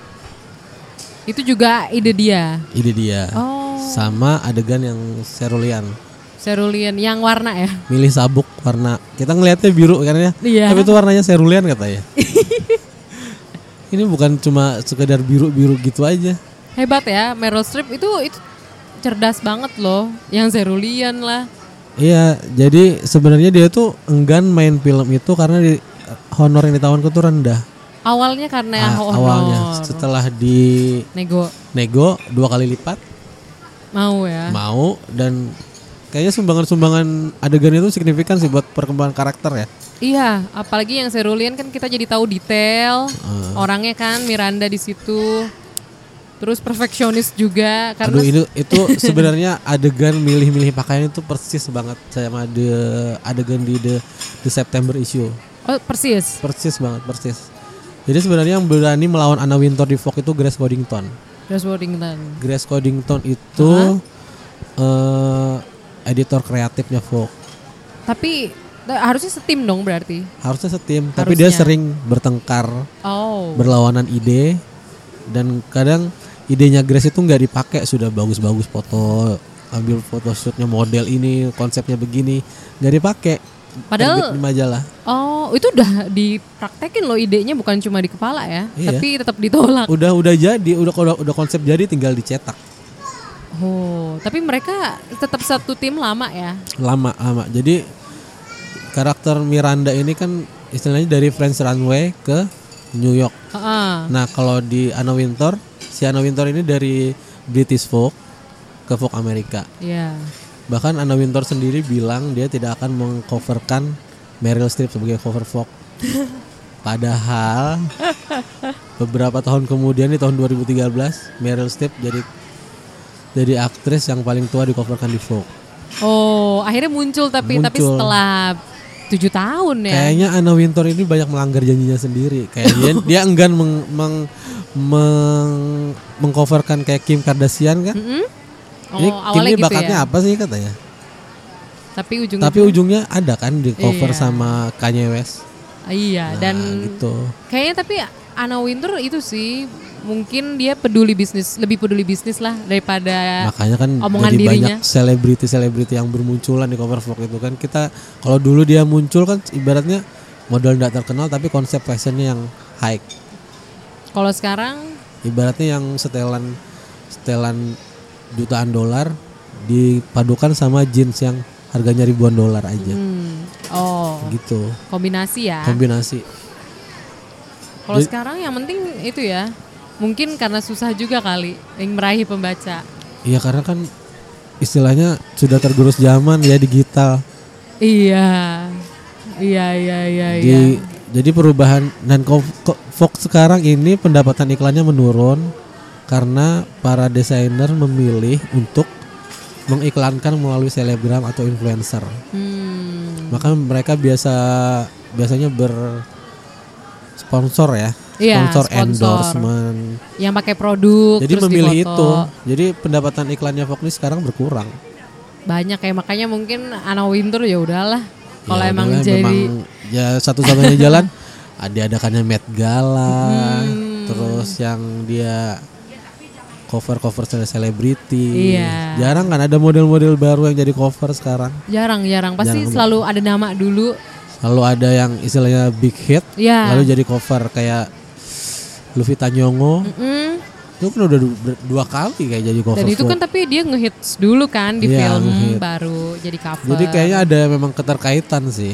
Speaker 1: Itu juga ide dia.
Speaker 2: Ide dia.
Speaker 1: Oh.
Speaker 2: Sama adegan yang Cerulean
Speaker 1: Cerulean yang warna ya.
Speaker 2: milih sabuk warna kita ngelihatnya biru kan ya.
Speaker 1: Iya.
Speaker 2: Tapi itu warnanya Cerulean
Speaker 1: (laughs)
Speaker 2: katanya. ini bukan cuma sekedar biru-biru gitu aja.
Speaker 1: Hebat ya Meryl Streep itu itu cerdas banget loh. Yang Cerulean lah.
Speaker 2: Iya, jadi sebenarnya dia tuh enggan main film itu karena di, honor yang ditawarkan tuh rendah
Speaker 1: Awalnya karena
Speaker 2: a-
Speaker 1: Eh, honor.
Speaker 2: Ah, awalnya. Setelah di
Speaker 1: nego
Speaker 2: nego dua kali lipat
Speaker 1: mau ya.
Speaker 2: mau dan kayaknya sumbangan-sumbangan adegan itu signifikan sih buat perkembangan karakter ya.
Speaker 1: Iya, apalagi yang Cerulean kan kita jadi tahu detail
Speaker 2: Ah.
Speaker 1: orangnya kan Miranda di situ. Terus perfeksionis juga karena
Speaker 2: Aduh ini
Speaker 1: (laughs)
Speaker 2: itu sebenarnya adegan milih-milih pakaian itu persis banget sama the adegan di the, the September issue.
Speaker 1: oh persis.
Speaker 2: Persis banget, persis. Jadi sebenarnya yang berani melawan Anna Wintour di Vogue itu Grace Waddington.
Speaker 1: Terus Waddington.
Speaker 2: Grace Coddington itu eh, editor kreatifnya Vogue.
Speaker 1: Tapi eh, harusnya setim dong berarti.
Speaker 2: Harusnya setim, tapi dia
Speaker 1: Harusnya.
Speaker 2: sering bertengkar,
Speaker 1: Oh.
Speaker 2: berlawanan ide dan kadang idenya Grace itu nggak dipakai sudah bagus-bagus foto ambil photoshootnya model ini konsepnya begini nggak dipakai
Speaker 1: Padahal-
Speaker 2: Terbit di majalah
Speaker 1: Oh, itu udah dipraktekin loh idenya bukan cuma di kepala ya,
Speaker 2: Iya.
Speaker 1: tapi tetap ditolak.
Speaker 2: udah udah jadi udah udah, udah konsep jadi tinggal dicetak
Speaker 1: Oh, tapi mereka tetap satu tim lama ya.
Speaker 2: lama lama jadi karakter Miranda ini kan istilahnya dari French Runway ke New York
Speaker 1: Heeh.
Speaker 2: Nah kalau di Anna Wintour, si Anna Wintour ini dari British Vogue ke Vogue Amerika.
Speaker 1: Iya.
Speaker 2: Bahkan Anna Wintour sendiri bilang dia tidak akan mengcoverkan Meryl Streep sebagai cover Vogue. Padahal beberapa tahun kemudian di tahun 2013 Meryl Streep jadi jadi aktris yang paling tua dikoverkan di Vogue.
Speaker 1: Oh, akhirnya muncul tapi tapi
Speaker 2: Muncul.
Speaker 1: setelah tujuh tahun ya.
Speaker 2: Kayaknya Anna Wintour ini banyak melanggar janjinya sendiri. Kayak dia, dia enggan meng, meng, meng- mengcoverkan kayak Kim Kardashian kan.
Speaker 1: Oh,
Speaker 2: ini
Speaker 1: awalnya
Speaker 2: ini
Speaker 1: gitu
Speaker 2: bakatnya
Speaker 1: ya.
Speaker 2: apa sih katanya?
Speaker 1: Tapi ujungnya
Speaker 2: Tapi ujungnya ada kan di
Speaker 1: Iya.
Speaker 2: cover sama Kanye West.
Speaker 1: iya dan
Speaker 2: Nah, gitu.
Speaker 1: kayaknya tapi Anna Wintour itu sih mungkin dia peduli bisnis, lebih peduli bisnis lah daripada
Speaker 2: Makanya kan
Speaker 1: ya, omongan
Speaker 2: jadi
Speaker 1: dirinya.
Speaker 2: banyak selebriti-selebriti yang bermunculan di cover Vogue itu kan kita kalau dulu dia muncul kan ibaratnya model tidak terkenal tapi konsep fashionnya yang high.
Speaker 1: Kalau sekarang
Speaker 2: Ibaratnya yang setelan setelan jutaan dolar dipadukan sama jeans yang harganya ribuan dolar aja.
Speaker 1: hmm, oh,
Speaker 2: Gitu.
Speaker 1: kombinasi ya.
Speaker 2: Kombinasi.
Speaker 1: Kalau sekarang yang penting itu ya. Mungkin karena susah juga kali yang meraih pembaca.
Speaker 2: Iya karena kan istilahnya sudah tergerus zaman ya digital.
Speaker 1: Iya. Iya, iya, iya, iya.
Speaker 2: Di jadi perubahan dan ko- ko- Vogue sekarang ini pendapatan iklannya menurun karena para desainer memilih untuk mengiklankan melalui selebgram atau influencer.
Speaker 1: Hmm.
Speaker 2: Maka mereka biasa biasanya ber sponsor ya,
Speaker 1: Iya,
Speaker 2: sponsor,
Speaker 1: sponsor.
Speaker 2: endorsement.
Speaker 1: Yang pakai produk
Speaker 2: Jadi
Speaker 1: terus
Speaker 2: memilih itu.
Speaker 1: difoto.
Speaker 2: Jadi pendapatan iklannya Vogue ini sekarang berkurang.
Speaker 1: Banyak ya makanya mungkin Anna Winter ya udahlah. Kalau
Speaker 2: Ya,
Speaker 1: emang
Speaker 2: udahlah,
Speaker 1: jadi
Speaker 2: memang ya
Speaker 1: (laughs)
Speaker 2: satu-satunya jalan ada adakannya Met Gala
Speaker 1: Hmm.
Speaker 2: terus yang dia cover-cover sele- selebriti
Speaker 1: Iya.
Speaker 2: jarang kan ada model-model baru yang jadi cover sekarang
Speaker 1: jarang-jarang pasti
Speaker 2: Jarang.
Speaker 1: selalu ada nama dulu.
Speaker 2: lalu ada yang istilahnya big hit
Speaker 1: Iya.
Speaker 2: lalu jadi cover kayak Luffy Tanyongo
Speaker 1: Hmm.
Speaker 2: itu kan udah du- ber- dua kali kayak jadi cover
Speaker 1: Dan itu
Speaker 2: Vogue.
Speaker 1: kan tapi dia ngehits dulu kan di
Speaker 2: Iya,
Speaker 1: film
Speaker 2: ngehits.
Speaker 1: baru jadi cover.
Speaker 2: jadi kayaknya ada memang keterkaitan sih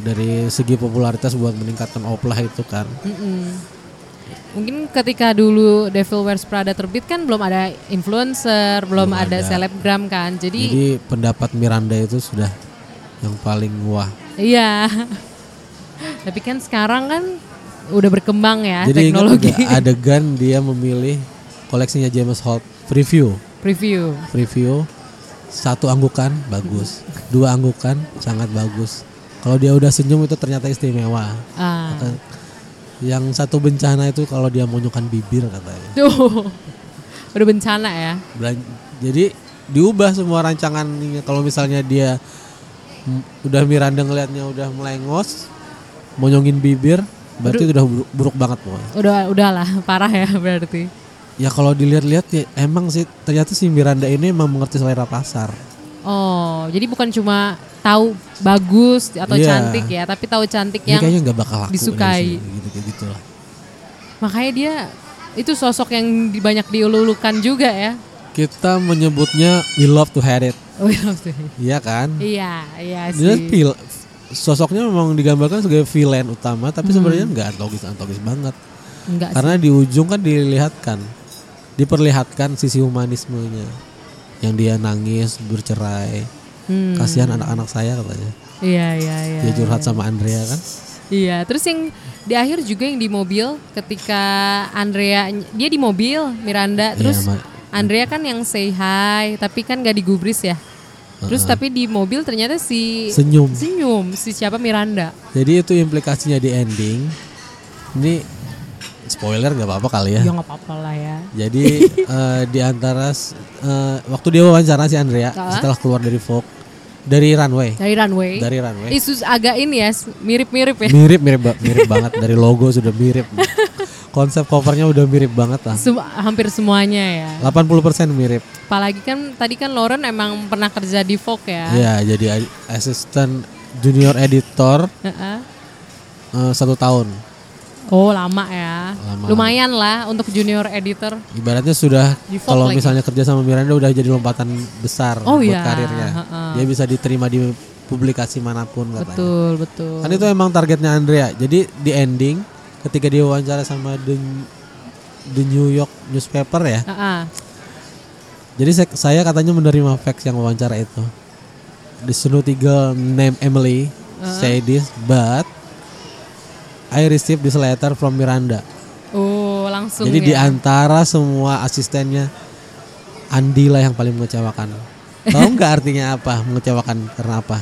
Speaker 2: dari segi popularitas buat meningkatkan oplah itu kan
Speaker 1: Mm-mm. Mungkin ketika dulu Devil Wears Prada terbit kan belum ada influencer, belum, ada, selebgram kan. Jadi,
Speaker 2: Jadi pendapat Miranda itu sudah yang paling wah.
Speaker 1: (laughs) iya. Tapi kan sekarang kan udah berkembang ya
Speaker 2: Jadi ingat
Speaker 1: teknologi.
Speaker 2: nggak adegan dia memilih koleksinya James Holt review,
Speaker 1: (laughs) Preview.
Speaker 2: review satu anggukan bagus, dua anggukan sangat bagus. Kalau dia udah senyum itu ternyata istimewa.
Speaker 1: Ah.
Speaker 2: Kata- Yang satu bencana itu kalau dia monyokkan bibir katanya.
Speaker 1: Tuh. Udah bencana ya.
Speaker 2: Belan- Jadi diubah semua rancangannya kalau misalnya dia mm, udah Miranda ngelihatnya udah melengos, monyongin bibir, berarti itu udah buruk, buruk banget pokoknya.
Speaker 1: Udah udahlah, parah ya berarti.
Speaker 2: Ya kalau dilihat-lihat ya emang sih ternyata si Miranda ini emang mengerti selera pasar.
Speaker 1: Oh, jadi bukan cuma tahu bagus atau
Speaker 2: Iya.
Speaker 1: cantik ya, tapi tahu cantik
Speaker 2: Ini
Speaker 1: yang
Speaker 2: kayaknya nggak bakal laku
Speaker 1: disukai.
Speaker 2: gitu kayak gitu lah.
Speaker 1: makanya dia itu sosok yang di- banyak diululukan juga ya.
Speaker 2: Kita menyebutnya we love to hate it,
Speaker 1: Oh, iya, maksudnya.
Speaker 2: iya kan?
Speaker 1: iya, iya
Speaker 2: Dia
Speaker 1: sih.
Speaker 2: vil- sosoknya memang digambarkan sebagai villain utama, tapi sebenarnya nggak antagonis antagonis banget.
Speaker 1: Enggak Hmm. sih.
Speaker 2: Karena di ujung kan dilihatkan, diperlihatkan sisi humanismenya, yang dia nangis bercerai,
Speaker 1: Hmm.
Speaker 2: kasihan anak-anak saya katanya.
Speaker 1: Iya, iya, iya.
Speaker 2: Dia curhat sama Andrea kan?
Speaker 1: Iya, terus yang di akhir juga yang di mobil ketika Andrea dia di mobil Miranda terus
Speaker 2: Iya, Ma-
Speaker 1: Andrea kan yang say hi tapi kan gak digubris ya. Terus tapi di mobil ternyata Iya. si
Speaker 2: Senyum.
Speaker 1: senyum si siapa Miranda.
Speaker 2: Jadi itu implikasinya di ending. Ini spoiler nggak apa-apa kali ya.
Speaker 1: Ya nggak apa-apa lah ya.
Speaker 2: (laughs) Jadi eh, di antara s- eh, waktu dia wawancara si Andrea
Speaker 1: Ah.
Speaker 2: setelah keluar dari Vogue dari runway,
Speaker 1: Dari runway.
Speaker 2: dari runway.
Speaker 1: Isus agak ini ya mirip-mirip ya.
Speaker 2: Mirip mirip ba- (laughs) mirip banget dari logo sudah mirip. Konsep covernya udah mirip banget lah.
Speaker 1: Sem- hampir semuanya ya.
Speaker 2: 80% mirip.
Speaker 1: Apalagi kan tadi kan Lauren emang pernah kerja di Vogue ya.
Speaker 2: Ya, jadi a- assistant junior editor
Speaker 1: Heeh.
Speaker 2: eh, satu tahun.
Speaker 1: Oh lama ya.
Speaker 2: Lama.
Speaker 1: Lumayan lah untuk junior editor.
Speaker 2: Ibaratnya sudah
Speaker 1: Di Vogue
Speaker 2: kalau
Speaker 1: lagi.
Speaker 2: misalnya kerja sama Miranda udah jadi lompatan besar
Speaker 1: Oh
Speaker 2: buat
Speaker 1: iya,
Speaker 2: karirnya.
Speaker 1: heeh.
Speaker 2: Dia bisa diterima di publikasi manapun katanya.
Speaker 1: Betul, betul.
Speaker 2: Kan itu emang targetnya Andrea. Jadi di ending ketika dia wawancara sama the, The New York newspaper ya.
Speaker 1: Heeh.
Speaker 2: Jadi se- saya katanya menerima fax yang wawancara itu. The Snow Eagle name Emily say this but I received this letter from Miranda.
Speaker 1: Oh, langsung
Speaker 2: Jadi di
Speaker 1: ya.
Speaker 2: antara semua asistennya Andi lah yang paling mengecewakan.
Speaker 1: (laughs)
Speaker 2: Tahu nggak artinya apa? Mengecewakan karena apa?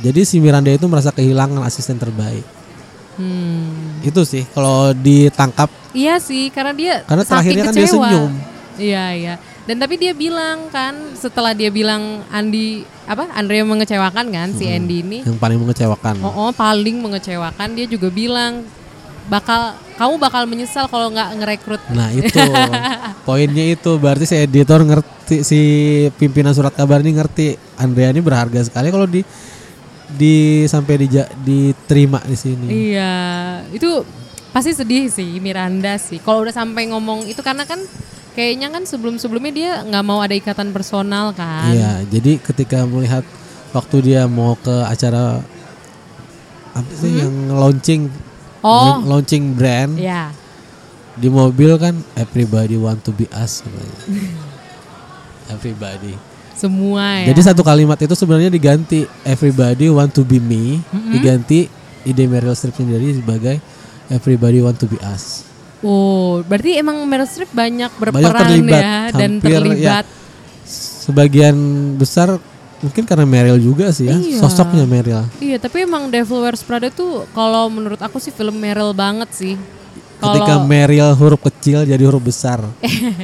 Speaker 2: Jadi si Miranda itu merasa kehilangan asisten terbaik.
Speaker 1: Hmm.
Speaker 2: Itu sih kalau ditangkap
Speaker 1: Iya sih, karena dia
Speaker 2: Karena
Speaker 1: saking
Speaker 2: terakhirnya kan dia
Speaker 1: kecewa.
Speaker 2: senyum.
Speaker 1: Iya, iya. Dan tapi dia bilang kan setelah dia bilang Andi apa Andrea mengecewakan kan si
Speaker 2: Hmm.
Speaker 1: Andy ini.
Speaker 2: yang paling mengecewakan.
Speaker 1: Oh, oh, paling mengecewakan dia juga bilang bakal kamu bakal menyesal kalau nggak ngerekrut.
Speaker 2: Nah
Speaker 1: (laughs)
Speaker 2: itu poinnya itu berarti si editor ngerti si pimpinan surat kabar ini ngerti Andrea ini berharga sekali kalau di di sampai di diterima di sini.
Speaker 1: Iya, itu pasti sedih sih Miranda sih. Kalau udah sampai ngomong itu karena kan kayaknya kan sebelum-sebelumnya dia nggak mau ada ikatan personal kan.
Speaker 2: Iya, jadi ketika melihat waktu dia mau ke acara apa sih yang launching
Speaker 1: Mm-hmm. Oh.
Speaker 2: launching brand
Speaker 1: Iya.
Speaker 2: di mobil kan everybody want to be
Speaker 1: (laughs)
Speaker 2: us katanya. everybody.
Speaker 1: Semua ya.
Speaker 2: Jadi satu kalimat itu sebenarnya diganti everybody want to be me
Speaker 1: Mm-hmm.
Speaker 2: diganti ide Meryl Streep sendiri sebagai everybody want to be us.
Speaker 1: Oh, berarti emang Meryl Streep banyak berperan
Speaker 2: Banyak terlibat
Speaker 1: ya dan
Speaker 2: hampir,
Speaker 1: terlibat.
Speaker 2: ya, sebagian besar mungkin karena Meryl juga sih ya
Speaker 1: Iya.
Speaker 2: sosoknya Meryl.
Speaker 1: Iya, tapi emang Devil Wears Prada tuh kalau menurut aku sih film Meryl banget sih.
Speaker 2: ketika
Speaker 1: Kalau
Speaker 2: Meryl huruf kecil jadi huruf besar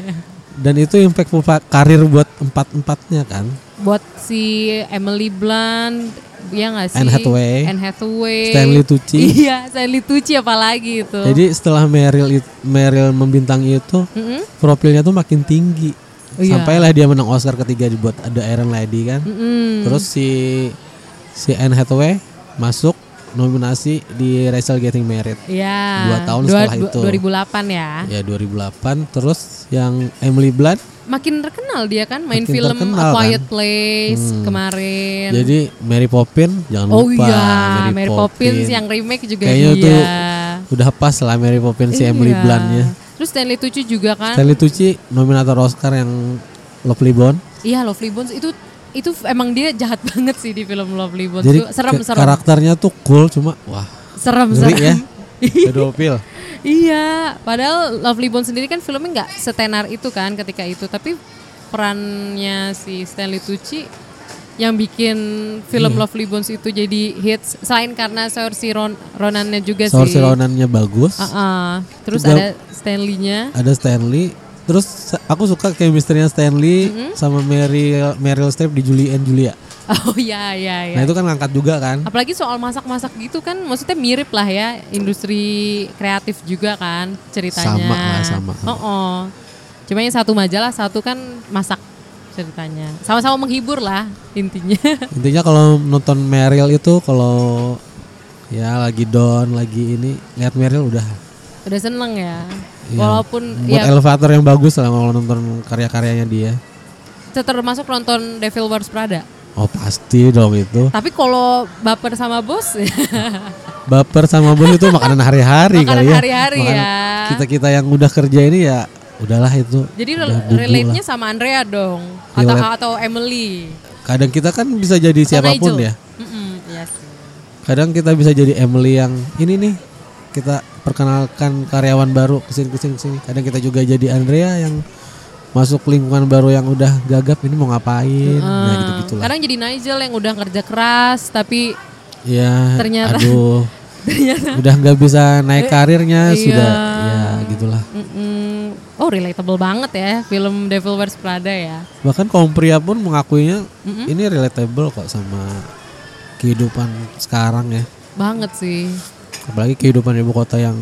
Speaker 1: (laughs)
Speaker 2: dan itu impactful fa- karir buat empat empatnya kan
Speaker 1: buat si Emily Blunt ya nggak sih?
Speaker 2: Anne Hathaway.
Speaker 1: Anne Hathaway.
Speaker 2: Stanley Tucci
Speaker 1: (laughs) Iya, Stanley Tucci apalagi itu.
Speaker 2: jadi setelah Meryl it- Meryl membintangi itu
Speaker 1: Mm-mm.
Speaker 2: profilnya tuh makin tinggi
Speaker 1: Iya.
Speaker 2: sampailah dia menang Oscar ketiga dibuat ada Iron Lady kan
Speaker 1: Mm-mm.
Speaker 2: terus si si Anne Hathaway masuk nominasi di Rachel Getting Married
Speaker 1: Iya.
Speaker 2: Dua tahun setelah itu.
Speaker 1: 2008 ya.
Speaker 2: ya 2008 terus yang Emily Blunt
Speaker 1: Makin terkenal dia kan main
Speaker 2: Makin
Speaker 1: film A
Speaker 2: terkenal,
Speaker 1: Quiet
Speaker 2: kan?
Speaker 1: Place kemarin.
Speaker 2: jadi Mary Poppins jangan
Speaker 1: oh
Speaker 2: lupa
Speaker 1: iya, Mary, Poppins yang remake juga
Speaker 2: Kayaknya
Speaker 1: dia.
Speaker 2: itu udah pas lah Mary Poppins si Emily
Speaker 1: Iya.
Speaker 2: Bluntnya.
Speaker 1: Terus Stanley Tucci juga kan.
Speaker 2: Stanley Tucci nominator Oscar yang Lovely Bone.
Speaker 1: Iya Lovely Bones itu itu emang dia jahat (laughs) banget sih di film Lovely Bones.
Speaker 2: Jadi
Speaker 1: tuh serem
Speaker 2: ke-
Speaker 1: serem.
Speaker 2: karakternya tuh cool cuma wah
Speaker 1: serem
Speaker 2: ngeri
Speaker 1: serem.
Speaker 2: ya. pedofil.
Speaker 1: (laughs) Iya, padahal Lovely Bones sendiri kan filmnya nggak setenar itu kan ketika itu, tapi perannya si Stanley Tucci yang bikin film
Speaker 2: Iya.
Speaker 1: Lovely Bones itu jadi hits selain karena Saoirse Ron Ronannya juga
Speaker 2: Saur
Speaker 1: Iya sih.
Speaker 2: Ronannya bagus.
Speaker 1: Ah, terus ada
Speaker 2: Juga-
Speaker 1: Stanley-nya.
Speaker 2: Ada Stanley. Terus sa- aku suka chemistry-nya Stanley
Speaker 1: Mm-hmm.
Speaker 2: sama Meryl Meryl Streep di Julie and Julia.
Speaker 1: (laughs) Oh iya iya iya.
Speaker 2: Nah, itu kan ngangkat juga kan.
Speaker 1: Apalagi soal masak-masak gitu kan, maksudnya mirip lah ya industri kreatif juga kan ceritanya.
Speaker 2: Sama lah, sama.
Speaker 1: Oh, oh. Cuma yang satu majalah, satu kan masak ceritanya. Sama-sama menghibur lah intinya. (laughs)
Speaker 2: Intinya kalau nonton Meryl itu kalau ya lagi down, lagi ini lihat Meryl udah
Speaker 1: Udah seneng ya.
Speaker 2: Iya.
Speaker 1: Walaupun
Speaker 2: buat
Speaker 1: ya
Speaker 2: elevator yang bagus lah kalau nonton karya-karyanya dia.
Speaker 1: termasuk nonton Devil Wears Prada.
Speaker 2: Oh pasti dong itu.
Speaker 1: Tapi kalau baper sama bos, (laughs)
Speaker 2: Baper sama bos itu makanan hari-hari
Speaker 1: Makanan
Speaker 2: Iya kali ya.
Speaker 1: hari-hari
Speaker 2: Makanan-
Speaker 1: ya.
Speaker 2: Kita-kita yang udah kerja ini ya udahlah itu.
Speaker 1: jadi
Speaker 2: udah
Speaker 1: rel-
Speaker 2: bumbu
Speaker 1: relate-nya
Speaker 2: lah.
Speaker 1: sama Andrea dong atau
Speaker 2: Relate.
Speaker 1: atau Emily.
Speaker 2: Kadang kita kan bisa jadi
Speaker 1: Atau Nigel.
Speaker 2: siapapun ya.
Speaker 1: Mm-mm, iya sih.
Speaker 2: Kadang kita bisa jadi Emily yang ini nih kita perkenalkan karyawan baru kesini kesini kesini. Kadang kita juga jadi Andrea yang masuk lingkungan baru yang udah gagap ini mau ngapain. Nah gitu gitulah.
Speaker 1: Kadang jadi Nigel yang udah kerja keras tapi
Speaker 2: Ya,
Speaker 1: Ternyata- (laughs)
Speaker 2: aduh. udah nggak bisa naik karirnya
Speaker 1: Iya.
Speaker 2: sudah ya gitulah.
Speaker 1: Mm-mm. oh relatable banget ya film Devil Wears Prada ya.
Speaker 2: Bahkan kaum pria pun mengakuinya ini relatable kok sama kehidupan sekarang ya.
Speaker 1: Banget sih.
Speaker 2: Apalagi kehidupan ibu kota
Speaker 1: (laughs)
Speaker 2: yang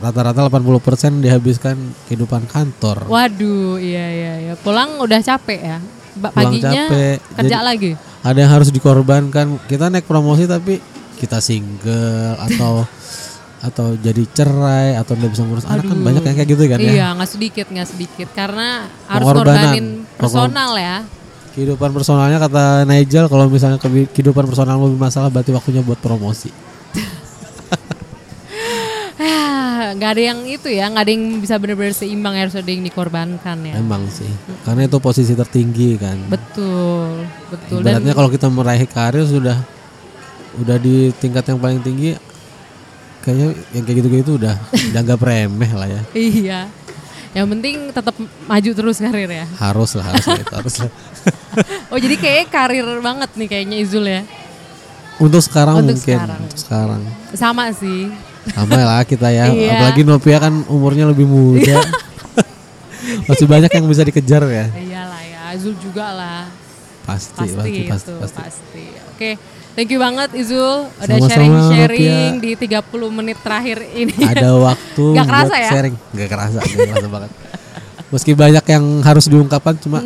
Speaker 2: rata-rata 80% dihabiskan kehidupan kantor.
Speaker 1: Waduh, iya iya iya. Pulang udah capek ya. Ba-
Speaker 2: Pulang
Speaker 1: paginya
Speaker 2: capek,
Speaker 1: kerja
Speaker 2: jadi-
Speaker 1: lagi.
Speaker 2: Ada yang harus dikorbankan. Kita naik promosi tapi kita single
Speaker 1: (laughs)
Speaker 2: atau atau jadi cerai atau nggak bisa ngurus anak kan banyak yang kayak gitu kan ya.
Speaker 1: Iya, nggak sedikit, nggak sedikit karena harus
Speaker 2: Pengorbanan.
Speaker 1: ngorbanin
Speaker 2: Pengor-
Speaker 1: personal ya.
Speaker 2: Kehidupan personalnya kata Nigel kalau misalnya kebi- kehidupan personal lebih masalah berarti waktunya buat promosi.
Speaker 1: Ah, Nggak ada yang itu ya, nggak ada yang bisa benar-benar seimbang ya, harus ada yang dikorbankan ya.
Speaker 2: Emang sih. Karena itu posisi tertinggi kan.
Speaker 1: Betul, betul. Dan
Speaker 2: Ibaratnya kalau kita meraih karir sudah udah di tingkat yang paling tinggi kayaknya yang kayak gitu-gitu
Speaker 1: (laughs)
Speaker 2: udah dianggap remeh lah ya.
Speaker 1: iya. Yang penting tetap maju terus karir ya.
Speaker 2: Harus lah, harus lah, itu harus lah.
Speaker 1: Oh jadi kayak karir banget nih kayaknya Izul ya.
Speaker 2: Untuk sekarang
Speaker 1: Untuk
Speaker 2: mungkin
Speaker 1: sekarang.
Speaker 2: untuk sekarang.
Speaker 1: Sama sih.
Speaker 2: Sama lah kita ya.
Speaker 1: Iya.
Speaker 2: Apalagi Novia kan umurnya lebih
Speaker 1: (laughs)
Speaker 2: muda. Masih banyak yang bisa dikejar ya.
Speaker 1: Iyalah ya, Izul juga lah.
Speaker 2: Iya, Pasti,
Speaker 1: Pasti,
Speaker 2: pasti, pasti,
Speaker 1: itu, pasti.
Speaker 2: pasti.
Speaker 1: Oke, thank you banget Izul udah
Speaker 2: Sama-sama,
Speaker 1: sharing-sharing di 30 menit terakhir ini.
Speaker 2: ada waktu
Speaker 1: Iya. Nggak kerasa
Speaker 2: buat
Speaker 1: ya?
Speaker 2: sharing nggak kerasa nggak kerasa banget meski banyak yang harus diungkapkan cuma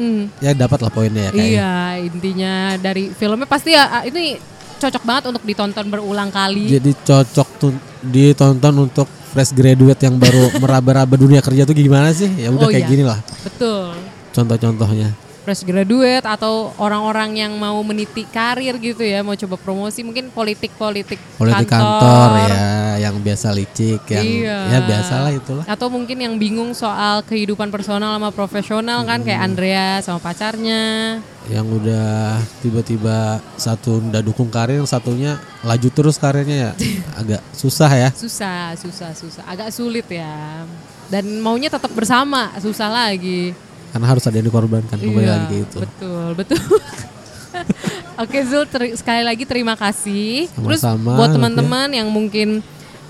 Speaker 2: ya dapat lah poinnya ya kayaknya
Speaker 1: Mm. iya, intinya dari filmnya pasti ya ini cocok banget untuk ditonton berulang kali.
Speaker 2: jadi cocok tuh ditonton untuk fresh graduate yang
Speaker 1: (laughs)
Speaker 2: baru meraba-raba dunia kerja tuh gimana sih ya udah
Speaker 1: Oh,
Speaker 2: kayak
Speaker 1: iya.
Speaker 2: gini lah
Speaker 1: Betul.
Speaker 2: contoh-contohnya
Speaker 1: fresh graduate atau orang-orang yang mau meniti karir gitu ya, mau coba promosi mungkin politik-politik
Speaker 2: politik kantor, ya yang biasa licik yang
Speaker 1: Iya.
Speaker 2: ya biasalah itulah
Speaker 1: Atau mungkin yang bingung soal kehidupan personal sama profesional kan kayak
Speaker 2: Hmm.
Speaker 1: Andrea sama pacarnya.
Speaker 2: yang udah tiba-tiba satu ndak dukung karir yang satunya laju
Speaker 1: (laughs)
Speaker 2: terus karirnya ya agak susah ya
Speaker 1: Susah, susah, susah. Agak sulit ya. Dan maunya tetap bersama, susah lagi.
Speaker 2: karena harus ada yang dikorbankan kembali
Speaker 1: Iya.
Speaker 2: lagi kayak gitu
Speaker 1: betul, betul. (laughs) Oke Zul, ter- sekali lagi terima kasih. Terus
Speaker 2: Sama-sama,
Speaker 1: buat
Speaker 2: Novia.
Speaker 1: teman-teman yang mungkin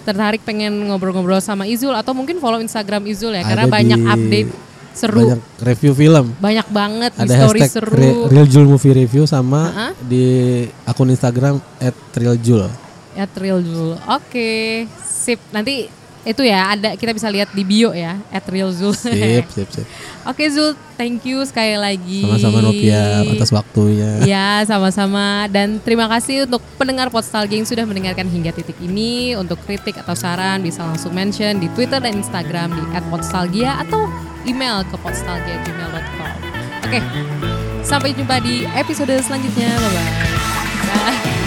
Speaker 1: tertarik pengen ngobrol-ngobrol sama Izul atau mungkin follow Instagram Izul ya karena
Speaker 2: Ada
Speaker 1: banyak
Speaker 2: di-
Speaker 1: update seru,
Speaker 2: Banyak review film.
Speaker 1: banyak banget di
Speaker 2: Ada
Speaker 1: story
Speaker 2: hashtag
Speaker 1: seru.
Speaker 2: Re- Real Jul Movie Review sama di akun Instagram @realjul.
Speaker 1: Ya Real Zul. Oke, sip. Nanti itu ya ada kita bisa lihat di bio ya at Real Zul.
Speaker 2: Sip, sip, sip.
Speaker 1: (laughs) Oke Zul, thank you sekali lagi.
Speaker 2: Sama-sama Nokia atas waktunya.
Speaker 1: (laughs) Ya, sama-sama. Dan terima kasih untuk pendengar Podstalgia yang sudah mendengarkan hingga titik ini. Untuk kritik atau saran bisa langsung mention di Twitter dan Instagram di @podstalgia atau email ke podstalgia@gmail.com. Oke. Sampai jumpa di episode selanjutnya. Bye-bye. Bye.